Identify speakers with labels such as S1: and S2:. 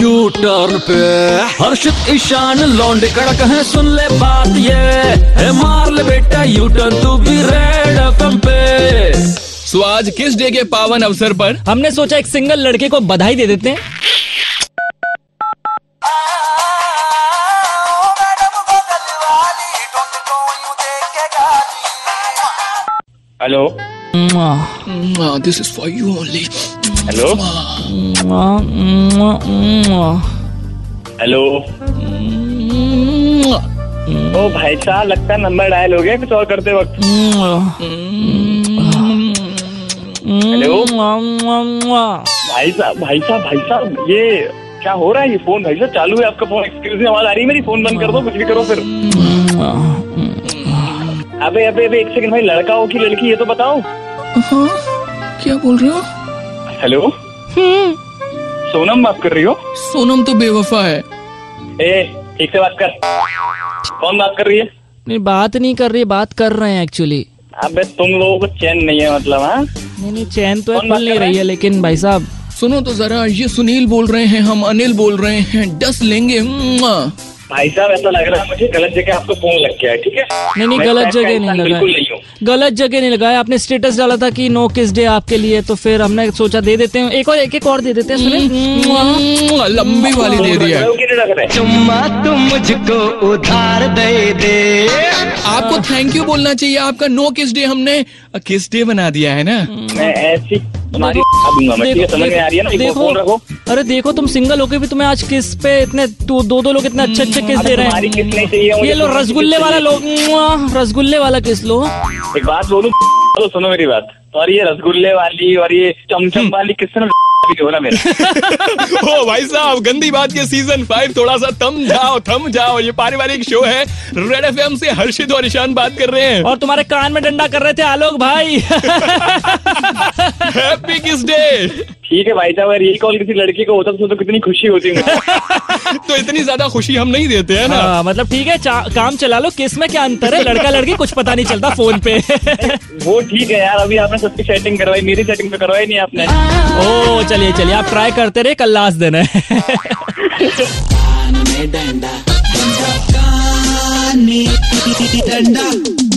S1: You turn पे हर्षित ईशान लौंडे कड़क है सुन ले बात ये है मार ले बेटा यू टर्न तू भी रेड एफएम पे
S2: सो आज किस डे के पावन अवसर पर
S3: हमने सोचा एक सिंगल लड़के को बधाई दे देते हैं
S4: हेलो
S3: म्वा,
S2: this is for you only
S4: hello
S3: म्वा, म्वा, म्वा।
S4: हेलो ओ भाई साहब लगता है नंबर डायल हो गया कुछ और करते वक्त हेलो
S2: हम्म।
S3: म्वा, म्वा, म्वा।
S4: भाई साहब भाई साहब भाई साहब ये क्या हो रहा है ये फोन भाई साहब चालू है आपका फोन एक्सक्यूज मी आवाज आ रही है मेरी फोन बंद कर दो कुछ भी करो फिर अबे अबे अबे एक सेकंड भाई लड़का हो कि लड़की ये तो बताओ
S2: क्या बोल रहे हो हम्म।
S4: हेलो सोनम बात कर रही हो
S2: सोनम तो बेवफा है
S4: ए ठीक से बात कर कौन बात कर रही है
S3: नहीं बात नहीं कर रही बात कर रहे हैं एक्चुअली
S4: अबे तुम लोगों को चैन नहीं है मतलब हाँ
S3: नहीं नहीं चैन तो है,
S4: कौन बात
S3: खुल
S4: कर
S3: नहीं
S4: रहा
S3: रही है लेकिन भाई साहब
S2: सुनो तो जरा ये सुनील बोल रहे हैं हम अनिल बोल रहे हैं डस लेंगे मुआ।
S4: भाई साहब ऐसा लग रहा है मुझे गलत जगह आपको फोन लग गया है ठीक है
S3: नहीं नहीं
S4: मैं
S3: गलत
S4: इस टाइप का
S3: जगह
S4: इंसान
S3: नहीं
S4: बिल्कुल नहीं
S3: लगाया
S4: हूँ
S3: गलत जगह नहीं लगाया आपने स्टेटस डाला था कि नो किस डे आपके लिए तो फिर हमने सोचा दे देते हैं एक और एक एक और दे देते हैं
S4: हम्म,
S3: सुनिए
S2: मुआ, लंबी वाली दे
S4: फोन रख रहे
S2: दिया
S4: हो कि नहीं रख रहे?
S2: आपको थैंक यू बोलना चाहिए आपका नो किस डे हमने किस डे बना दिया है ना
S4: मैं ऐसी तुम्हारी दूंगा मैं ठीक है समझ में आ रही है ना एक फोन रखो
S3: अरे देखो तुम सिंगल होके भी तुम्हें आज किस पे इतने दो दो दो लोग इतने अच्छे अच्छे किस
S4: अब
S3: दे रहे
S4: हम्म, तुम्हारी
S3: हैं
S4: किस नहीं चाहिए मुझे,
S3: ये लो
S4: तुम्हारी
S3: रसगुल्ले
S4: किस
S3: वाला
S4: चाहिए?
S3: लोग मुआ, रसगुल्ले वाला किस लो
S4: एक बात बोलूं तो सुनो मेरी बात और ये रसगुल्ले वाली और ये चमचम
S3: हम्म।
S4: वाली किसने भी जो है ना मेरा
S2: ओ भाई साहब गंदी बात के सीजन फाइव थोड़ा सा थम जाओ थम जाओ ये पारिवारिक शो है रेड एफ से हर्षित और ईशान बात कर रहे हैं
S3: और तुम्हारे कान में डंडा कर रहे थे आलोक भाई
S2: हैप्पी किस डे
S4: ठीक है भाई साहब अगर यही कॉल किसी लड़की को होता तो तो कितनी खुशी होती मुझे
S2: तो इतनी ज्यादा खुशी हम नहीं देते हैं ना
S3: हाँ, मतलब ठीक है चा- काम चला लो किस में क्या अंतर है लड़का लड़की कुछ पता नहीं चलता फोन पे
S4: वो ठीक है यार अभी आपने सबकी सेटिंग करवाई मेरी सेटिंग तो करवाई नहीं आपने
S3: ओ चलिए चलिए आप ट्राई करते रहे कल लास्ट दिन है
S5: कान में डंडा डंडा कान में डंडा